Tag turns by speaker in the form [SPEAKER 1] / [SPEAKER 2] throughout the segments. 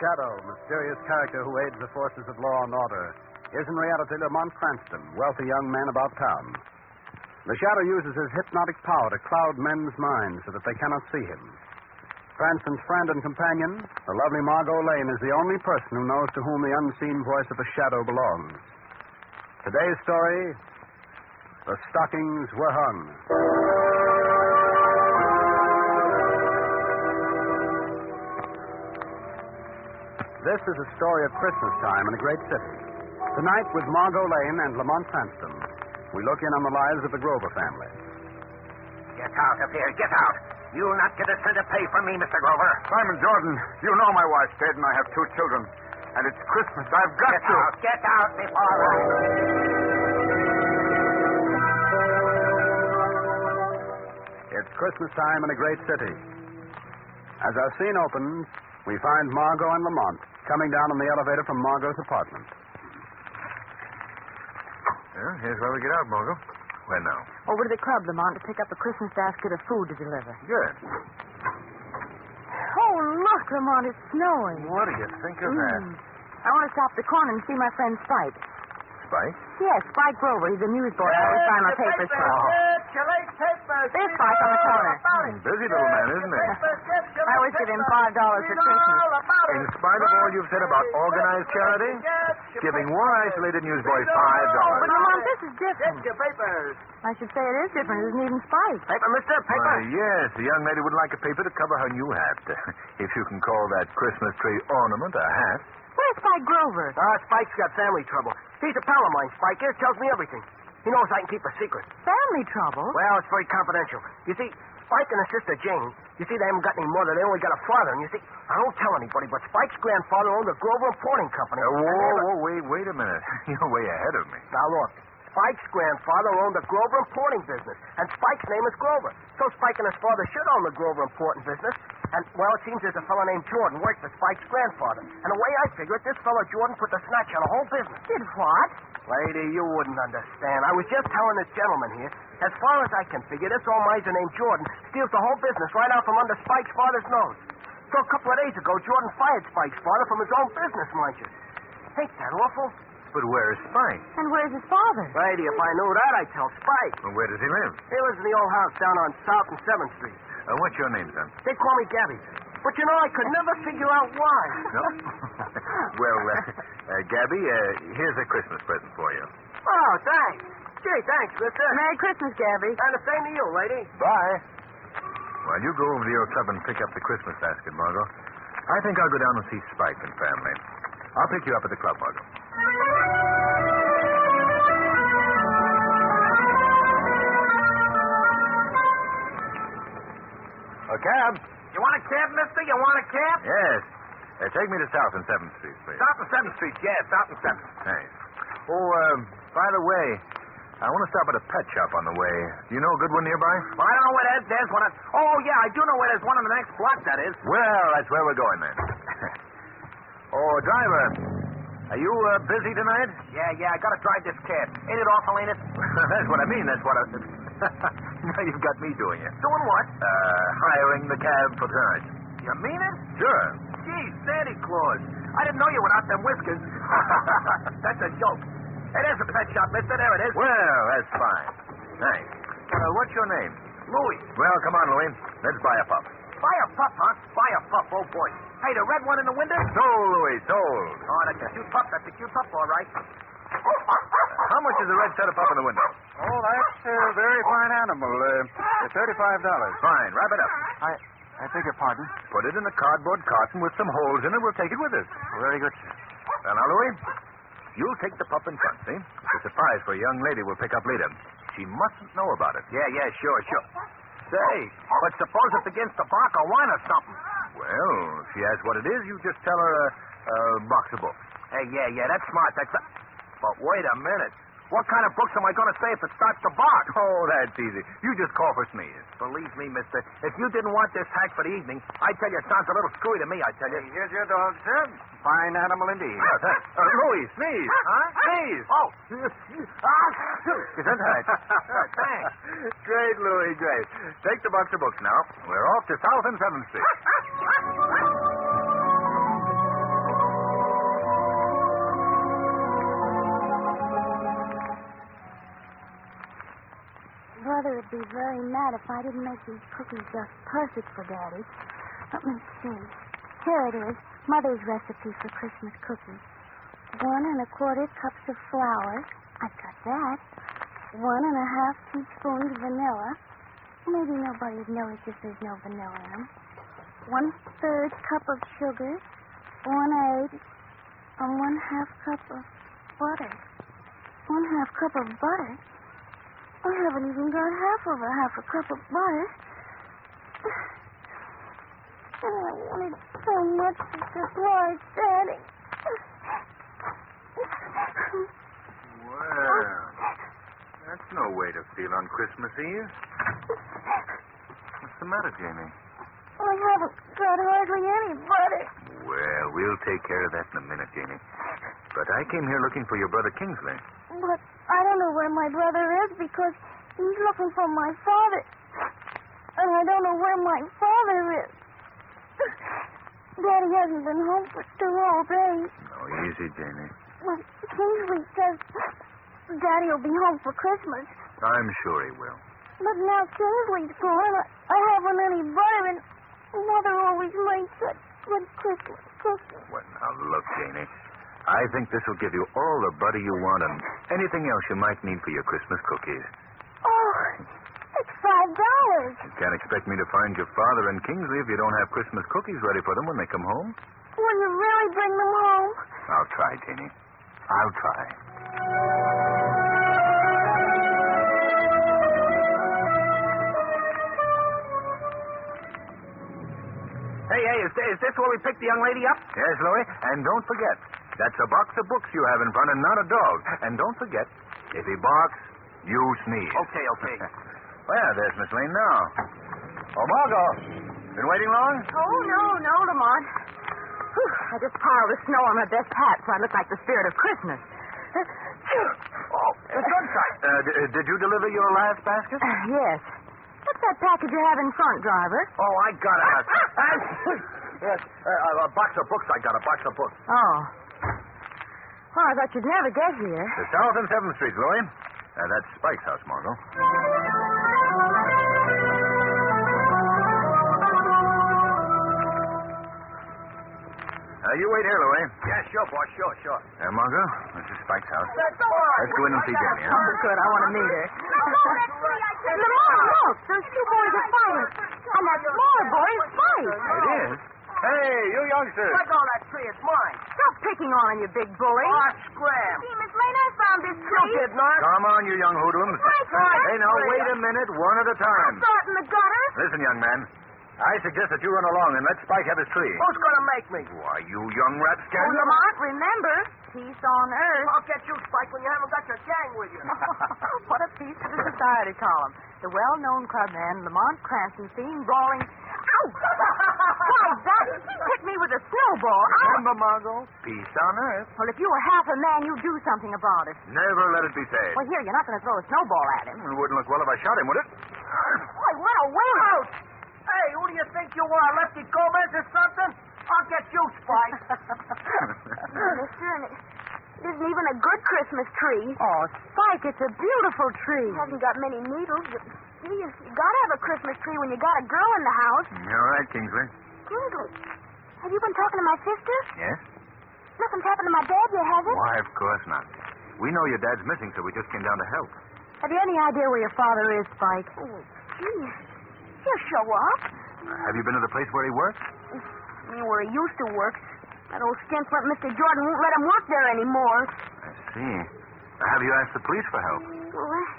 [SPEAKER 1] shadow, mysterious character who aids the forces of law and order, is in reality Lamont Cranston, wealthy young man about town. The shadow uses his hypnotic power to cloud men's minds so that they cannot see him. Cranston's friend and companion, the lovely Margot Lane, is the only person who knows to whom the unseen voice of the shadow belongs. Today's story The Stockings Were Hung. This is a story of Christmas time in a great city. Tonight, with Margot Lane and Lamont Cranston, we look in on the lives of the Grover family.
[SPEAKER 2] Get out of here. Get out. You'll not get a cent of pay from me, Mr. Grover.
[SPEAKER 3] Simon Jordan, you know my wife's dead and I have two children. And it's Christmas. I've got
[SPEAKER 2] Get
[SPEAKER 3] to.
[SPEAKER 2] out. Get out before I.
[SPEAKER 1] It's Christmas time in a great city. As our scene opens, we find Margot and Lamont coming down on the elevator from Margot's apartment.
[SPEAKER 3] Yeah, here's where we get out, Margot. Where now?
[SPEAKER 4] Over to the club, Lamont, to pick up a Christmas basket of food to deliver.
[SPEAKER 3] Good.
[SPEAKER 4] Oh, look, Lamont, it's snowing.
[SPEAKER 3] What do you think of that?
[SPEAKER 4] Mm. I want to stop at the corner and see my friend Spike.
[SPEAKER 3] Spike?
[SPEAKER 4] Yes, Spike Grover. He's a newsboy. I always buy my papers from. There's Spike on the corner.
[SPEAKER 3] Hmm,
[SPEAKER 4] Mm.
[SPEAKER 3] busy little man, isn't he?
[SPEAKER 4] I always give him $5 for Christmas.
[SPEAKER 3] In spite of all you've said about organized charity, giving one isolated newsboy five
[SPEAKER 4] But,
[SPEAKER 3] dollars.
[SPEAKER 4] Lamont, this is different.
[SPEAKER 2] Get your papers.
[SPEAKER 4] I should say it is different. It isn't even Spike.
[SPEAKER 2] Paper, mister. Paper.
[SPEAKER 3] yes, the young lady would like a paper to cover her new hat, if you can call that Christmas tree ornament a hat.
[SPEAKER 4] Where's Spike Grover?
[SPEAKER 2] Ah, Spike's got family trouble. He's a pal of mine, Spike. Here tells me everything. He knows I can keep a secret.
[SPEAKER 4] Family trouble?
[SPEAKER 2] Well, it's very confidential. You see, Spike and his sister Jane, you see, they haven't got any mother. They only got a father. And you see, I don't tell anybody, but Spike's grandfather owned a Grover Importing Company.
[SPEAKER 3] Uh, whoa,
[SPEAKER 2] And they were-
[SPEAKER 3] whoa, wait, wait a minute. You're way ahead of me.
[SPEAKER 2] Now, look. Spike's grandfather owned the Grover importing business, and Spike's name is Grover. So Spike and his father should own the Grover importing business. And, well, it seems there's a fellow named Jordan worked for Spike's grandfather. And the way I figure it, this fellow Jordan put the snatch on the whole business.
[SPEAKER 4] Did what?
[SPEAKER 2] Lady, you wouldn't understand. I was just telling this gentleman here, as far as I can figure, this old miser named Jordan steals the whole business right out from under Spike's father's nose. So a couple of days ago, Jordan fired Spike's father from his own business, mind you. Ain't that awful?
[SPEAKER 3] But where's Spike?
[SPEAKER 4] And where's his father?
[SPEAKER 2] Lady, if I knew that, I'd tell Spike.
[SPEAKER 3] And where does he live?
[SPEAKER 2] He lives in the old house down on South and 7th Street.
[SPEAKER 3] Uh, what's your name, son?
[SPEAKER 2] They call me Gabby. But you know, I could never figure out why.
[SPEAKER 3] No? well, uh, uh, Gabby, uh, here's a Christmas present for you.
[SPEAKER 2] Oh, thanks. Gee, thanks, mister.
[SPEAKER 4] Merry Christmas, Gabby.
[SPEAKER 2] And the same to you, lady.
[SPEAKER 3] Bye. Well, you go over to your club and pick up the Christmas basket, Margot. I think I'll go down and see Spike and family. I'll pick you up at the club, Margot. A cab?
[SPEAKER 2] You want a cab, mister? You want a cab?
[SPEAKER 3] Yes. Uh, take me to South and 7th Street, please.
[SPEAKER 2] South and 7th Street, yeah, South and 7th.
[SPEAKER 3] Thanks. Oh, um, by the way, I want to stop at a pet shop on the way. Do you know a good one nearby?
[SPEAKER 2] Well, I don't know where that is. There's one. on- Oh, yeah, I do know where there's one on the next block, that is.
[SPEAKER 3] Well, that's where we're going then. oh, driver, are you uh, busy tonight?
[SPEAKER 2] Yeah, yeah, I gotta drive this cab. Ain't it awful, ain't it?
[SPEAKER 3] that's what I mean. That's what I. now you've got me doing it.
[SPEAKER 2] Doing what?
[SPEAKER 3] Uh, hiring the cab for tonight.
[SPEAKER 2] You mean it?
[SPEAKER 3] Sure.
[SPEAKER 2] Gee, Santa Claus. I didn't know you without them whiskers. That's a joke. Hey, there's a pet shop, mister. There it is.
[SPEAKER 3] Well, that's fine. Thanks. Uh, what's your name?
[SPEAKER 2] Louis,
[SPEAKER 3] Well, come on, Louie. Let's buy a pup.
[SPEAKER 2] buy a pup, huh? Buy a pup, oh boy. Hey, the red one in the window?
[SPEAKER 3] Sold, Louie, sold.
[SPEAKER 2] Oh, that's a cute pup. That's a cute pup, all right.
[SPEAKER 3] How much is the red setter pup in the window?
[SPEAKER 1] Oh, that's a very fine animal. Uh, $35.
[SPEAKER 3] Fine, wrap it up.
[SPEAKER 1] I beg your pardon.
[SPEAKER 3] Put it in a cardboard carton with some holes in it. We'll take it with us.
[SPEAKER 1] Very good, sir.
[SPEAKER 3] Well, now, Louie, you'll take the pup in front, see? It's a surprise for a young lady we'll pick up later. She mustn't know about it.
[SPEAKER 2] Yeah, yeah, sure, sure. Say, but suppose it's against the block of wine or something.
[SPEAKER 3] Well, if she asks what it is, you just tell her a uh, box of books.
[SPEAKER 2] Hey, yeah, yeah, that's smart. That's. A... But wait a minute. What kind of books am I going to say if it starts to bark?
[SPEAKER 3] Oh, that's easy. You just call for Sneeze.
[SPEAKER 2] Believe me, mister, if you didn't want this hack for the evening, I tell you, it sounds a little screwy to me, I tell you.
[SPEAKER 1] Here's your dog, sir. Fine animal indeed.
[SPEAKER 3] Yeah, thanks. Uh, Louie, Sneeze.
[SPEAKER 2] Huh? Ah,
[SPEAKER 3] Sneeze.
[SPEAKER 2] Oh.
[SPEAKER 3] Isn't that?
[SPEAKER 2] Thanks.
[SPEAKER 3] great, Louie, great. Take the box of books now. We're off to South and 7th Street.
[SPEAKER 5] brother would be very mad if I didn't make these cookies just perfect for Daddy. Let me see. Here it is Mother's recipe for Christmas cookies. One and a quarter cups of flour. I've got that. One and a half teaspoons vanilla. Maybe nobody would notice if there's no vanilla in them. One third cup of sugar. One egg. And one half cup of butter. One half cup of butter? I haven't even got half of a half a cup of butter. And I wanted so much to surprise Daddy.
[SPEAKER 3] Well, that's no way to feel on Christmas Eve. What's the matter, Jamie?
[SPEAKER 5] I haven't got hardly any butter.
[SPEAKER 3] Well, we'll take care of that in a minute, Jamie. But I came here looking for your brother Kingsley.
[SPEAKER 5] But I don't know where my brother is because he's looking for my father. And I don't know where my father is. Daddy hasn't been home for two whole days.
[SPEAKER 3] Oh, easy, Jamie.
[SPEAKER 5] Well, Kingsley says Daddy will be home for Christmas.
[SPEAKER 3] I'm sure he will.
[SPEAKER 5] But now Kingsley's gone. I, I haven't any butter, and Mother always made such good Christmas cookies.
[SPEAKER 3] Well, now look, Janie. I think this will give you all the butter you want and anything else you might need for your Christmas cookies.
[SPEAKER 5] Oh, it's five dollars.
[SPEAKER 3] You can't expect me to find your father and Kingsley if you don't have Christmas cookies ready for them when they come home.
[SPEAKER 5] Will you really bring them home?
[SPEAKER 3] I'll try, Janie. I'll try.
[SPEAKER 2] Hey, hey, is, thi- is this where we picked the young lady up?
[SPEAKER 3] Yes, Louie, and don't forget, that's a box of books you have in front and not a dog. And don't forget, if he barks, you sneeze.
[SPEAKER 2] Okay, okay.
[SPEAKER 3] Oh, well, there's Miss Lane now. Oh, Margot, been waiting long?
[SPEAKER 4] Oh, no, no, Lamont. Whew, I just piled the snow on my best hat so I look like the spirit of Christmas.
[SPEAKER 3] Oh, sunshine. Uh, d- uh, did you deliver your last basket?
[SPEAKER 4] Uh, yes. What's that package you have in front, driver?
[SPEAKER 3] Oh, I got it. yes, uh, a box of books. I got a box of books.
[SPEAKER 4] Oh. Well, I thought you'd never get here.
[SPEAKER 3] The South and Seventh Street, Louie. Uh, that's Spike's house, Margot. Uh, you wait here, Louie.
[SPEAKER 2] Yeah, sure, boss, sure, sure.
[SPEAKER 3] Uh, Margot, this is Spike's house.
[SPEAKER 4] Go on.
[SPEAKER 3] Let's go in and see Jenny, huh?
[SPEAKER 4] Oh, good. I want to meet her. Lamont, look. Those two boys are fighting. And that smaller boy is Spike.
[SPEAKER 3] It is. Hey, you youngsters.
[SPEAKER 2] Let go of that tree, it's mine.
[SPEAKER 4] Stop picking on him, you big bully.
[SPEAKER 2] Oh, scram.
[SPEAKER 5] See, Miss Lane, I found this
[SPEAKER 2] You did not.
[SPEAKER 3] Come on, you young hoodlums. Hey, now, wait a minute, one at a time.
[SPEAKER 5] Saw it in the gutter.
[SPEAKER 3] Listen, young man. I suggest that you run along and let Spike have his tree.
[SPEAKER 2] Who's going to make me?
[SPEAKER 3] Why, you young rat
[SPEAKER 4] And
[SPEAKER 3] scoundrel.
[SPEAKER 4] Lamont, remember, peace on earth.
[SPEAKER 2] I'll get you, Spike, when you haven't got your gang with you.
[SPEAKER 4] what a piece for the society column. The well-known clubman, Lamont Cranston, seen brawling... Ow! Why, that hit me with a snowball. Ow!
[SPEAKER 3] Remember, Margot, peace on earth.
[SPEAKER 4] Well, if you were half a man, you'd do something about it.
[SPEAKER 3] Never let it be said.
[SPEAKER 4] Well, here, you're not going to throw a snowball at him.
[SPEAKER 3] It wouldn't look well if I shot him, would it?
[SPEAKER 4] Why, what a way out!
[SPEAKER 2] Hey, who do you think you are, Lefty Gomez or something? I'll get you, Spike.
[SPEAKER 5] Mister, and it isn't even a good Christmas tree.
[SPEAKER 4] Oh, Spike, it's a beautiful tree.
[SPEAKER 5] Hasn't got many needles. But gee, you, you gotta have a Christmas tree when you got a girl in the house.
[SPEAKER 3] All right, Kingsley.
[SPEAKER 5] Kingsley, have you been talking to my sister?
[SPEAKER 3] Yes?
[SPEAKER 5] Nothing's happened to my dad yet, has it?
[SPEAKER 3] Why, of course not. We know your dad's missing, so we just came down to help.
[SPEAKER 4] Have you any idea where your father is, Spike?
[SPEAKER 5] Oh, gee, he'll show up.
[SPEAKER 3] Have you been to the place where he works?
[SPEAKER 5] I mean, where he used to work. That old skinflint Mr. Jordan won't let him work there anymore.
[SPEAKER 3] I see. Have you asked the police for help?
[SPEAKER 5] Well, that-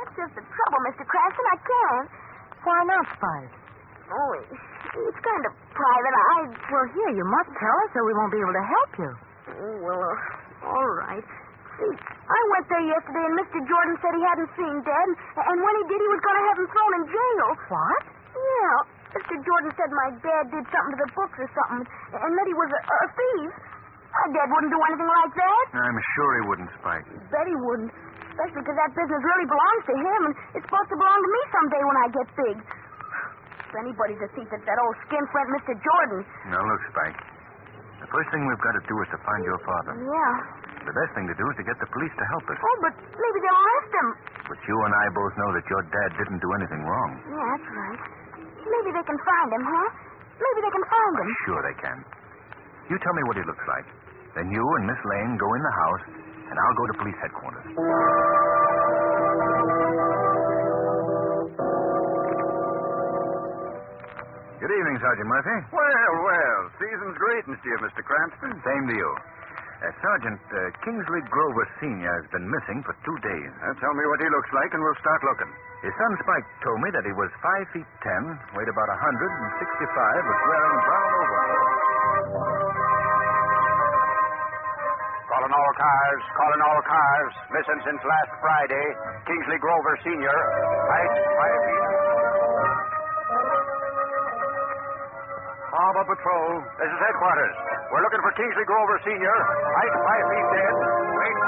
[SPEAKER 5] that's just the trouble, Mr. Cranston. I can't.
[SPEAKER 4] Why not, Spike?
[SPEAKER 5] Oh, it's kind of private. I.
[SPEAKER 4] Well, here, you must tell us or we won't be able to help you.
[SPEAKER 5] Oh, well, uh, all right. See, I went there yesterday, and Mr. Jordan said he hadn't seen Dad, and when he did, he was going to have him thrown in jail.
[SPEAKER 4] What?
[SPEAKER 5] Yeah, Mr. Jordan said my dad did something to the books or something, and that he was a, a thief. My dad wouldn't do anything like that.
[SPEAKER 3] I'm sure he wouldn't, Spike.
[SPEAKER 5] Bet he wouldn't. Especially because that business really belongs to him, and it's supposed to belong to me someday when I get big. If anybody's a thief, it's that old skinflint Mr. Jordan.
[SPEAKER 3] Now, look, Spike. The first thing we've got to do is to find your father.
[SPEAKER 5] Yeah.
[SPEAKER 3] The best thing to do is to get the police to help us.
[SPEAKER 4] Oh, but maybe they'll arrest him.
[SPEAKER 3] But you and I both know that your dad didn't do anything wrong.
[SPEAKER 5] Yeah, that's right. Maybe they can find him, huh? Maybe they can find him.
[SPEAKER 3] Sure they can. You tell me what he looks like. Then you and Miss Lane go in the house, and I'll go to police headquarters. Good evening, Sergeant Murphy.
[SPEAKER 6] Well, well, season's greetings to you, Mr. Cranston.
[SPEAKER 3] Same to you. Uh, Sergeant, uh, Kingsley Grover Sr. has been missing for two days.
[SPEAKER 6] Now
[SPEAKER 2] Uh,
[SPEAKER 6] tell me what he looks like, and we'll start looking.
[SPEAKER 3] His son Spike told me that he was five feet ten, weighed about 165, was wearing brown overalls.
[SPEAKER 6] Calling all cars, calling all cars. Missing since last Friday. Kingsley Grover Sr., height five feet. Harbor Patrol, this is headquarters. We're looking for Kingsley Grover Sr., height five feet dead. Wait.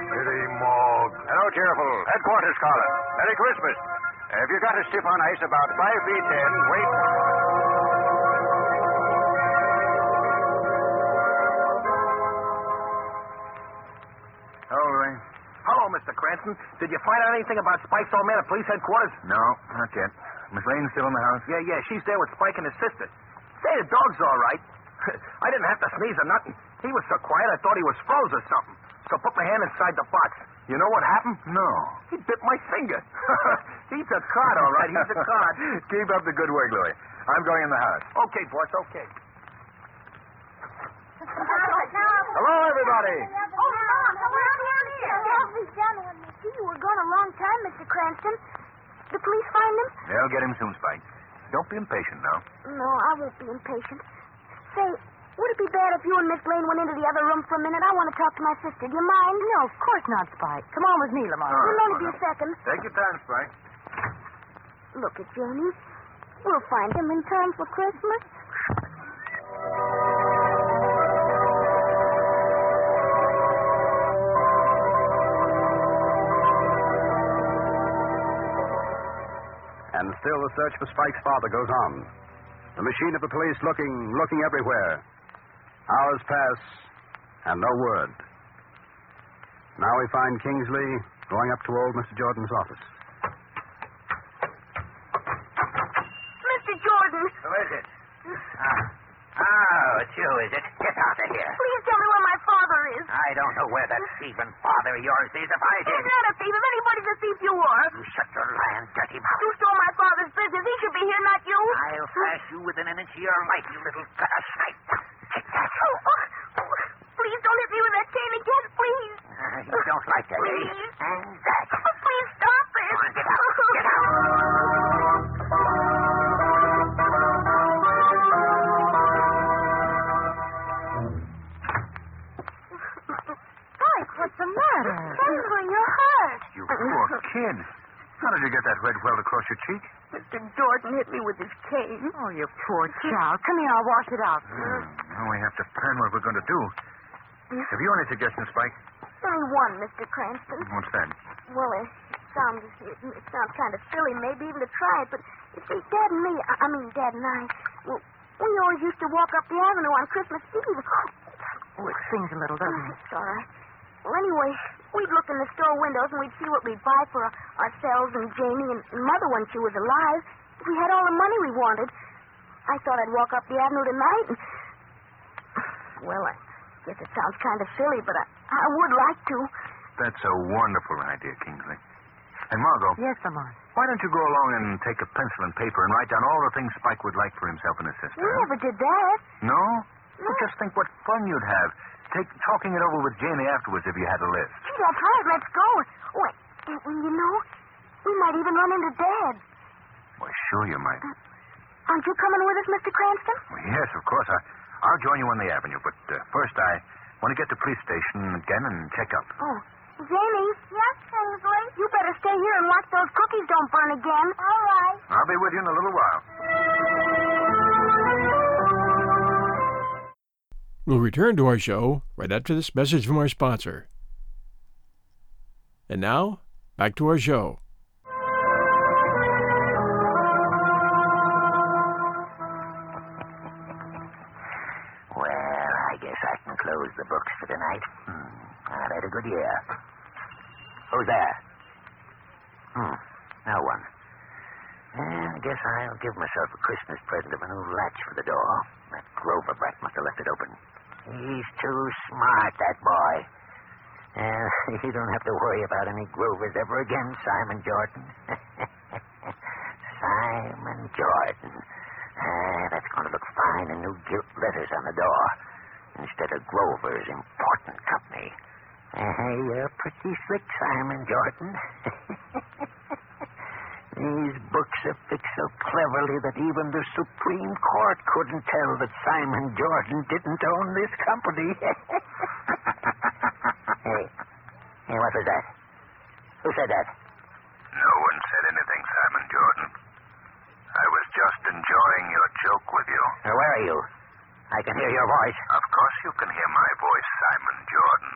[SPEAKER 3] Kitty Morg.
[SPEAKER 6] Hello, cheerful. Headquarters calling. Merry Christmas. Have you got a stiff on ice about five feet ten? Wait.
[SPEAKER 3] Hello, Ray.
[SPEAKER 2] Hello, Mr. Cranston. Did you find out anything about Spike's old man at police headquarters?
[SPEAKER 3] No, not yet. Miss Lane's still in the house?
[SPEAKER 2] Yeah, yeah, she's there with Spike and his sister. Say, the dog's all right. I didn't have to sneeze or nothing. He was so quiet, I thought he was froze or something. So put my hand inside the box. You know what happened?
[SPEAKER 3] No.
[SPEAKER 2] He bit my finger. he's a card, all right. He's a card.
[SPEAKER 3] Keep up the good work, Louie. I'm going in the house.
[SPEAKER 2] Okay, boss, okay.
[SPEAKER 6] Hello, everybody.
[SPEAKER 5] Oh, Tom, someone out here. Everybody's down on me. Gee, you were gone a long time, Mr. Cranston. The police find him?
[SPEAKER 3] They'll get him soon, Spike. Don't be impatient now.
[SPEAKER 5] No, I won't be impatient. Say, would it be bad if you and Miss Lane went into the other room for a minute? I want to talk to my sister. Do you mind?
[SPEAKER 4] No, of course not, Spike. Come on with me, Lamont.
[SPEAKER 5] It'll only be a second.
[SPEAKER 3] Take your time, Spike.
[SPEAKER 5] Look at Janie. We'll find him in time for Christmas.
[SPEAKER 1] And still the search for Spike's father goes on. The machine of the police looking, looking everywhere. Hours pass, and no word. Now we find Kingsley going up to old Mr. Jordan's office.
[SPEAKER 4] Mr. Jordan,
[SPEAKER 2] Who is it? Oh, it's you, is it? Get out of here.
[SPEAKER 4] please tell me where my father is.
[SPEAKER 2] I don't know where that thieving father of yours is if I
[SPEAKER 4] He's not a thief. If anybody's a thief, you are.
[SPEAKER 2] You shut your lying, dirty mouth.
[SPEAKER 4] You stole my father's business. He should be here, not you.
[SPEAKER 2] I'll flash you within an inch of your life, you little cut of snipe. Take that.
[SPEAKER 4] Oh, oh, oh, please don't hit me with that cane again, please.
[SPEAKER 2] Uh, you don't like that, eh?
[SPEAKER 4] Please.
[SPEAKER 2] And that.
[SPEAKER 4] Oh, please stop it.
[SPEAKER 2] Come on, get out. Get out.
[SPEAKER 4] Spike, what's the matter?
[SPEAKER 5] Kingsley, you're hurt.
[SPEAKER 3] You poor kid. How did you get that red welt across your cheek?
[SPEAKER 4] Mr. Jordan hit me with his cane. Oh, you poor child. Mm. Come here, I'll wash it out.
[SPEAKER 3] Hmm. Now we have to plan what we're going to do. Have you any suggestions, Spike?
[SPEAKER 5] Only one, Mr. Cranston.
[SPEAKER 3] What's that?
[SPEAKER 5] Well, it sounds it, it sounds kind of silly, maybe even to try it. But you see, Dad and me, I, I mean Dad and I, well, we always used to walk up the avenue on Christmas Eve.
[SPEAKER 4] Oh, it stings a little, doesn't it?
[SPEAKER 5] It's all right. Well, anyway, we'd look in the store windows and we'd see what we'd buy for our, ourselves and Janie and Mother when she was alive. We had all the money we wanted. I thought I'd walk up the avenue tonight and. Well, I guess it sounds kind of silly, but I, I would like to.
[SPEAKER 3] That's a wonderful idea, Kingsley. And Margot,
[SPEAKER 4] Yes, Lamont.
[SPEAKER 3] why don't you go along and take a pencil and paper and write down all the things Spike would like for himself and his sister?
[SPEAKER 5] We never did that.
[SPEAKER 3] No? Well, just think what fun you'd have. Take talking it over with Janie afterwards if you had a list.
[SPEAKER 5] Gee, that's right. Let's go. What? You know, we might even run into Dad.
[SPEAKER 3] Why, sure you might.
[SPEAKER 5] Aren't you coming with us, Mr. Cranston?
[SPEAKER 3] Well, yes, of course. I, I'll join you on the avenue, but uh, first I want to get to police station again and check up.
[SPEAKER 5] Oh. Jamie? Yes, Kingsley? You better stay here and watch those cookies don't burn again. All right.
[SPEAKER 3] I'll be with you in a little while.
[SPEAKER 7] We'll return to our show right after this message from our sponsor. And now, back to our show.
[SPEAKER 2] the books for the night. Hmm. I've had a good year. Who's there? Hmm. No one. Eh, I guess I'll give myself a Christmas present of a new latch for the door. That Grover brat must have left it open. He's too smart, that boy. Eh, you don't have to worry about any Grovers ever again, Simon Jordan. Simon Jordan. Ah, that's going to look fine in new gilt letters on the door. Instead of Grover's Important Company. Hey, you're pretty slick, Simon Jordan. These books are fixed so cleverly that even the Supreme Court couldn't tell that Simon Jordan didn't own this company. hey, hey, what was that? Who said that?
[SPEAKER 3] No one said anything, Simon Jordan. I was just enjoying your joke with you.
[SPEAKER 2] Uh, Where are you? I can hear your voice.
[SPEAKER 3] Of course you can hear my voice, Simon Jordan.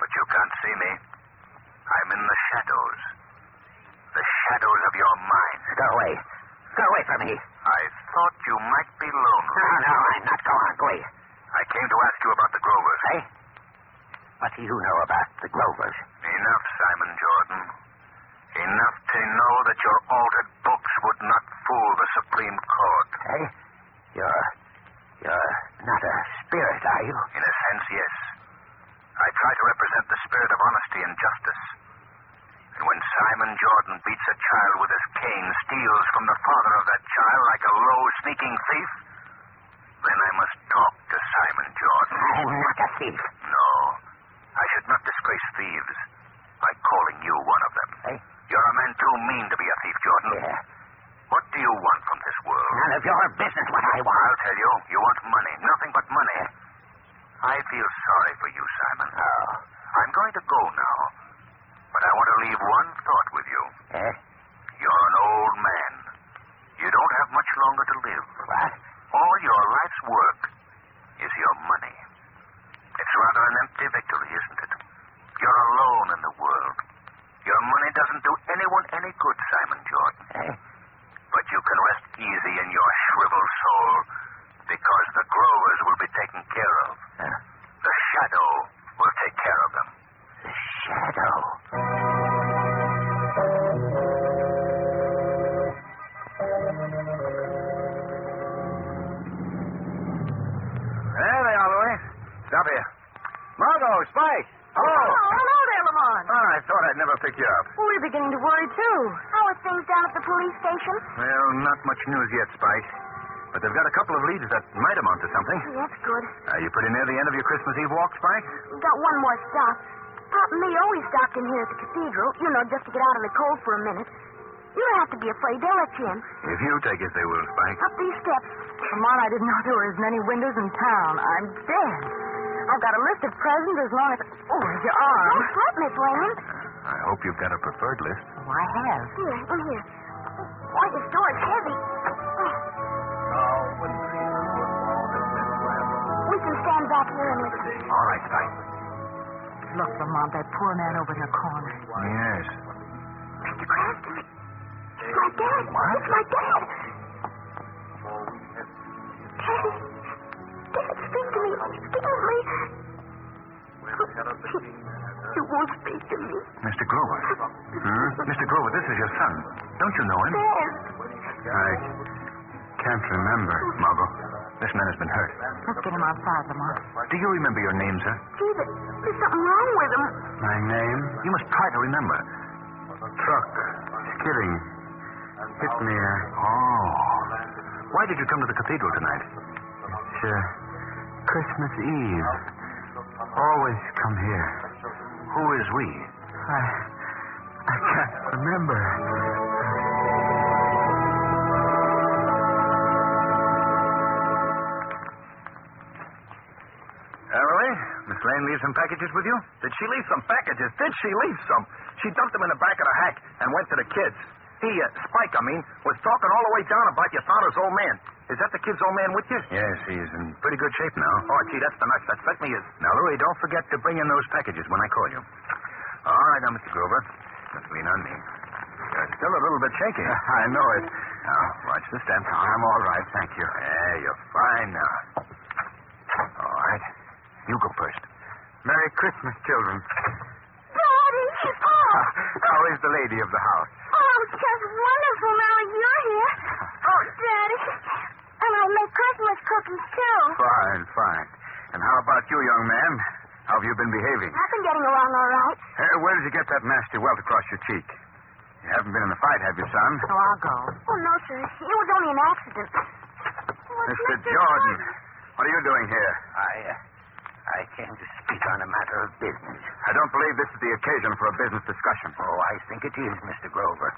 [SPEAKER 3] But you can't see me. I'm in the shadows. The shadows of your mind.
[SPEAKER 2] Go away. Go away from me.
[SPEAKER 3] I thought you might be lonely.
[SPEAKER 2] No, no, I'm not going. Go away.
[SPEAKER 3] I came to ask you about the Grovers.
[SPEAKER 2] Hey? What do you know about the Grovers?
[SPEAKER 3] Enough, Simon Jordan. Enough to know that your altered books would not fool the Supreme Court.
[SPEAKER 2] Hey? You're. You're not a spirit, are you?
[SPEAKER 3] In a sense, yes. I try to represent the spirit of honesty and justice. And when Simon Jordan beats a child with his cane, steals from the father of that child like a low, sneaking thief, then I must talk to Simon Jordan.
[SPEAKER 2] I'm not a thief.
[SPEAKER 3] No, I should not disgrace thieves by calling you one of them.
[SPEAKER 2] Hey?
[SPEAKER 3] You're a man too mean to be a thief, Jordan.
[SPEAKER 2] Eh? Yeah.
[SPEAKER 3] What do you want from this world?
[SPEAKER 2] None of your business what I want.
[SPEAKER 3] I'll tell you. You want money. Nothing but money. I feel sorry for you, Simon.
[SPEAKER 2] Oh.
[SPEAKER 3] I'm going to go now. But I want to leave one thought with you.
[SPEAKER 2] Eh?
[SPEAKER 3] You're an old man. You don't have much longer to live.
[SPEAKER 2] What?
[SPEAKER 3] All your life's work is your money. It's rather an empty victory, isn't it? You're alone in the world. Your money doesn't do anyone any good, Simon Jordan.
[SPEAKER 2] Eh?
[SPEAKER 3] But you can rest easy in your shriveled soul because the growers will be taken care of.
[SPEAKER 2] Huh?
[SPEAKER 3] The shadow will take care of them.
[SPEAKER 2] The shadow.
[SPEAKER 8] There they are, Louie.
[SPEAKER 9] Stop here.
[SPEAKER 8] Margot, Spike. Hello.
[SPEAKER 10] Oh, hello there, Lamont.
[SPEAKER 3] Ah,
[SPEAKER 9] Oh, I thought I'd never pick you up.
[SPEAKER 10] We're beginning to worry, too.
[SPEAKER 5] How are things down at the police station?
[SPEAKER 9] Well, not much news yet, Spike. But they've got a couple of leads that might amount to something.
[SPEAKER 5] Oh, That's good.
[SPEAKER 9] Are you pretty near the end of your Christmas Eve walk, Spike?
[SPEAKER 5] We got one more stop. Pop and me always stopped in here at the cathedral, you know, just to get out of the cold for a minute. You don't have to be afraid. They'll let you in.
[SPEAKER 9] If you take it, they will, Spike.
[SPEAKER 5] Up these steps.
[SPEAKER 10] Lamont, I didn't know there were as many windows in town. I'm dead. I've got a list of presents as long as. Oh, there's your arm.
[SPEAKER 5] Don't slip, Miss Wayland.
[SPEAKER 9] I hope you've got a preferred list.
[SPEAKER 10] Oh, I have.
[SPEAKER 5] Here, in here. Why, this door is heavy. We can stand back here and listen.
[SPEAKER 9] All right, Spike.
[SPEAKER 10] Look, Lamont, that poor man over in the corner.
[SPEAKER 9] Yes.
[SPEAKER 5] Mr. Cranston. It's my dad. It's my dad. Daddy. Dad, speak to me. Speak to me. You won't speak to me.
[SPEAKER 9] Mr. Grover. Hmm? Mr. Grover, this is your son. Don't you know him?
[SPEAKER 5] Dad.
[SPEAKER 9] I can't remember, Margot. This man has been hurt.
[SPEAKER 10] Let's get him outside, Lamont.
[SPEAKER 9] Do you remember your name, sir?
[SPEAKER 5] Gee, there- there's something wrong with him.
[SPEAKER 9] My name? You must try to remember. Truck. Skidding. Hit me. Oh. Why did you come to the cathedral tonight? It's uh, Christmas Eve. Always come here. Who is we? I. I can't remember. Emily, Uh, Miss Lane leaves some packages with you?
[SPEAKER 8] Did she leave some packages? Did she leave some? She dumped them in the back of the hack and went to the kids. He, uh, Spike, I mean, was talking all the way down about your father's old man. Is that the kid's old man with you?
[SPEAKER 9] Yes, he's in pretty good shape now.
[SPEAKER 8] Oh, gee, that's the nuts. That certainly is.
[SPEAKER 9] Now, Louie, don't forget to bring in those packages when I call you. All right, now, Mr. Grover. Just lean on me. You're still a little bit shaky. I know it. Now, watch the steps. I'm all right, thank you. Yeah, you're fine now. All right.
[SPEAKER 11] You go first.
[SPEAKER 12] Merry Christmas, children. Uh,
[SPEAKER 5] Daddy! Oh!
[SPEAKER 12] How is the lady of the house?
[SPEAKER 5] Oh, just wonderful now you're here. Oh, Daddy. And I make Christmas cookies, too.
[SPEAKER 12] Fine, fine. And how about you, young man? How have you been behaving?
[SPEAKER 5] I've been getting along all right.
[SPEAKER 12] Uh, where did you get that nasty welt across your cheek? You haven't been in a fight, have you, son?
[SPEAKER 4] Oh, I'll go.
[SPEAKER 5] Oh, no, sir. It was only an accident. What's
[SPEAKER 12] Mr.
[SPEAKER 5] Mr.
[SPEAKER 12] Jordan, what are you doing here?
[SPEAKER 11] I, uh, I came to speak on a matter of business.
[SPEAKER 12] I don't believe this is the occasion for a business discussion.
[SPEAKER 11] Oh, I think it is, Mr. Grover.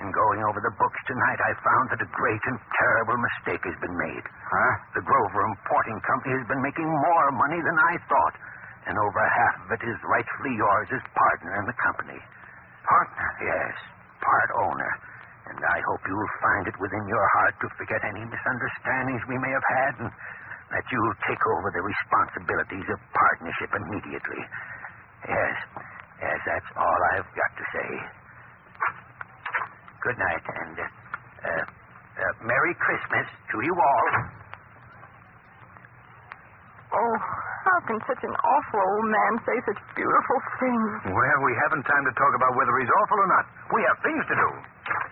[SPEAKER 11] In going over the books tonight, I found that a great and terrible mistake has been made.
[SPEAKER 12] Huh?
[SPEAKER 11] The Grover Importing Company has been making more money than I thought, and over half of it is rightfully yours as partner in the company. Partner? Yes, part owner. And I hope you'll find it within your heart to forget any misunderstandings we may have had and that you'll take over the responsibilities of partnership immediately. Yes, yes, that's all I've got to say. Good night, and uh, uh, uh, Merry Christmas to you all.
[SPEAKER 4] Oh, how can such an awful old man say such beautiful things?
[SPEAKER 12] Well, we haven't time to talk about whether he's awful or not. We have things to do.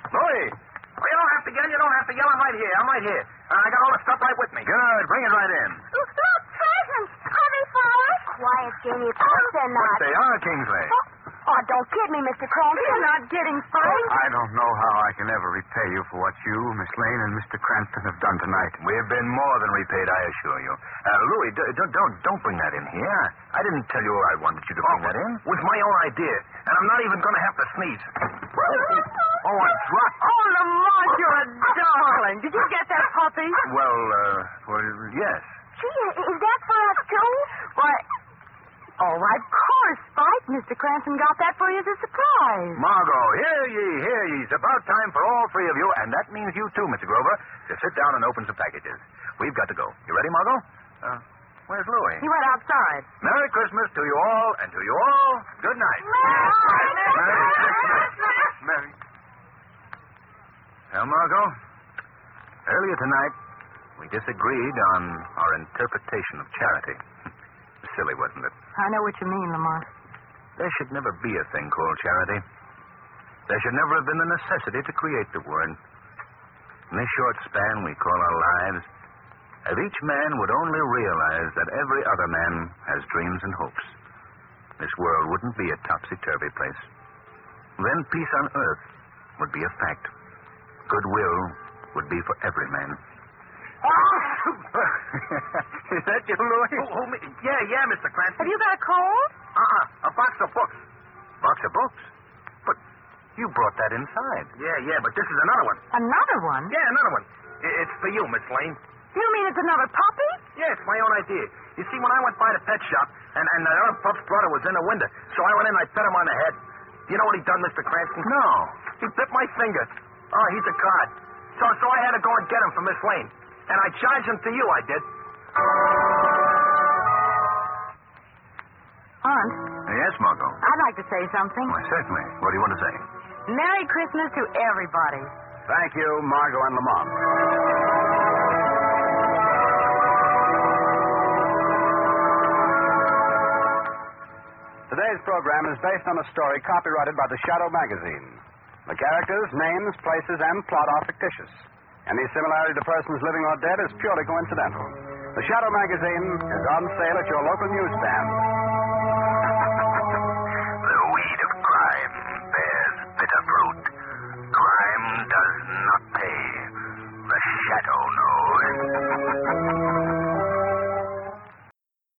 [SPEAKER 12] Louie!
[SPEAKER 2] Well, you don't have to yell. You don't have to yell. I'm right here. I'm right here. Uh, I got all the stuff right with me.
[SPEAKER 12] Good. Bring it right in.
[SPEAKER 5] Look, look, presents. Are they flowers? Quiet, Jamie. Of course they're
[SPEAKER 12] But
[SPEAKER 5] not.
[SPEAKER 12] they are, Kingsley.
[SPEAKER 5] Oh, oh, don't kid me, Mr. Cranston. You're not getting fired.
[SPEAKER 4] Oh,
[SPEAKER 12] I don't know how I can ever repay you for what you, Miss Lane, and Mr. Cranston have done tonight.
[SPEAKER 3] We've been more than repaid, I assure you. Uh, Louis, d- don't, don't don't bring that in here. I didn't tell you I wanted you to bring that in. It was my own idea, and I'm not even going to have to sneeze. Well,
[SPEAKER 12] Oh, I dropped.
[SPEAKER 4] Oh, Lamont, you're a darling. Did you get that puppy?
[SPEAKER 3] well, uh, well, yes.
[SPEAKER 5] Gee, is that for us, too?
[SPEAKER 4] Why, oh, why, of course, Spike. Mr. Cranston got that for you as a surprise.
[SPEAKER 3] Margot, hear ye, hear ye. It's about time for all three of you, and that means you too, Mr. Grover, to sit down and open some packages. We've got to go. You ready, Margot? Uh, where's Louis?
[SPEAKER 4] He went outside.
[SPEAKER 3] Merry Christmas to you all, and to you all, good night. Merry. Well, Margot, earlier tonight, we disagreed on our interpretation of charity. Silly, wasn't it?
[SPEAKER 4] I know what you mean, Lamont.
[SPEAKER 3] There should never be a thing called charity. There should never have been the necessity to create the word. In this short span we call our lives, if each man would only realize that every other man has dreams and hopes, this world wouldn't be a topsy turvy place. Then peace on earth would be a fact. Goodwill would be for every man.
[SPEAKER 12] Is that you, Louis?
[SPEAKER 2] Who, who, me? Oh, Yeah, yeah, Mr. Cranston.
[SPEAKER 4] Have you got a cold?
[SPEAKER 2] Uh-uh. A box of books.
[SPEAKER 3] Box of books? But you brought that inside.
[SPEAKER 2] Yeah, yeah, but this is another one.
[SPEAKER 4] Another one?
[SPEAKER 2] Yeah, another one. I- It's for you, Miss Lane.
[SPEAKER 4] You mean it's another puppy?
[SPEAKER 2] Yeah, it's my own idea. You see, when I went by the pet shop, and, and that other pup's brother was in the window, so I went in and I pet him on the head. You know what he done, Mr. Cranston?
[SPEAKER 3] No.
[SPEAKER 2] He bit my finger. Oh, he's a card. So, so I had to go and get him from Miss Lane. And I charged him to you, I did.
[SPEAKER 4] Aunt,
[SPEAKER 3] Yes, Margot.
[SPEAKER 4] I'd like to say something.
[SPEAKER 3] Why, certainly. What do you want to say?
[SPEAKER 4] Merry Christmas to everybody.
[SPEAKER 1] Thank you, Margot and Lamont. Today's program is based on a story copyrighted by the Shadow Magazine. The characters, names, places, and plot are fictitious. Any similarity to persons living or dead is purely coincidental. The Shadow Magazine is on sale at your local newsstand.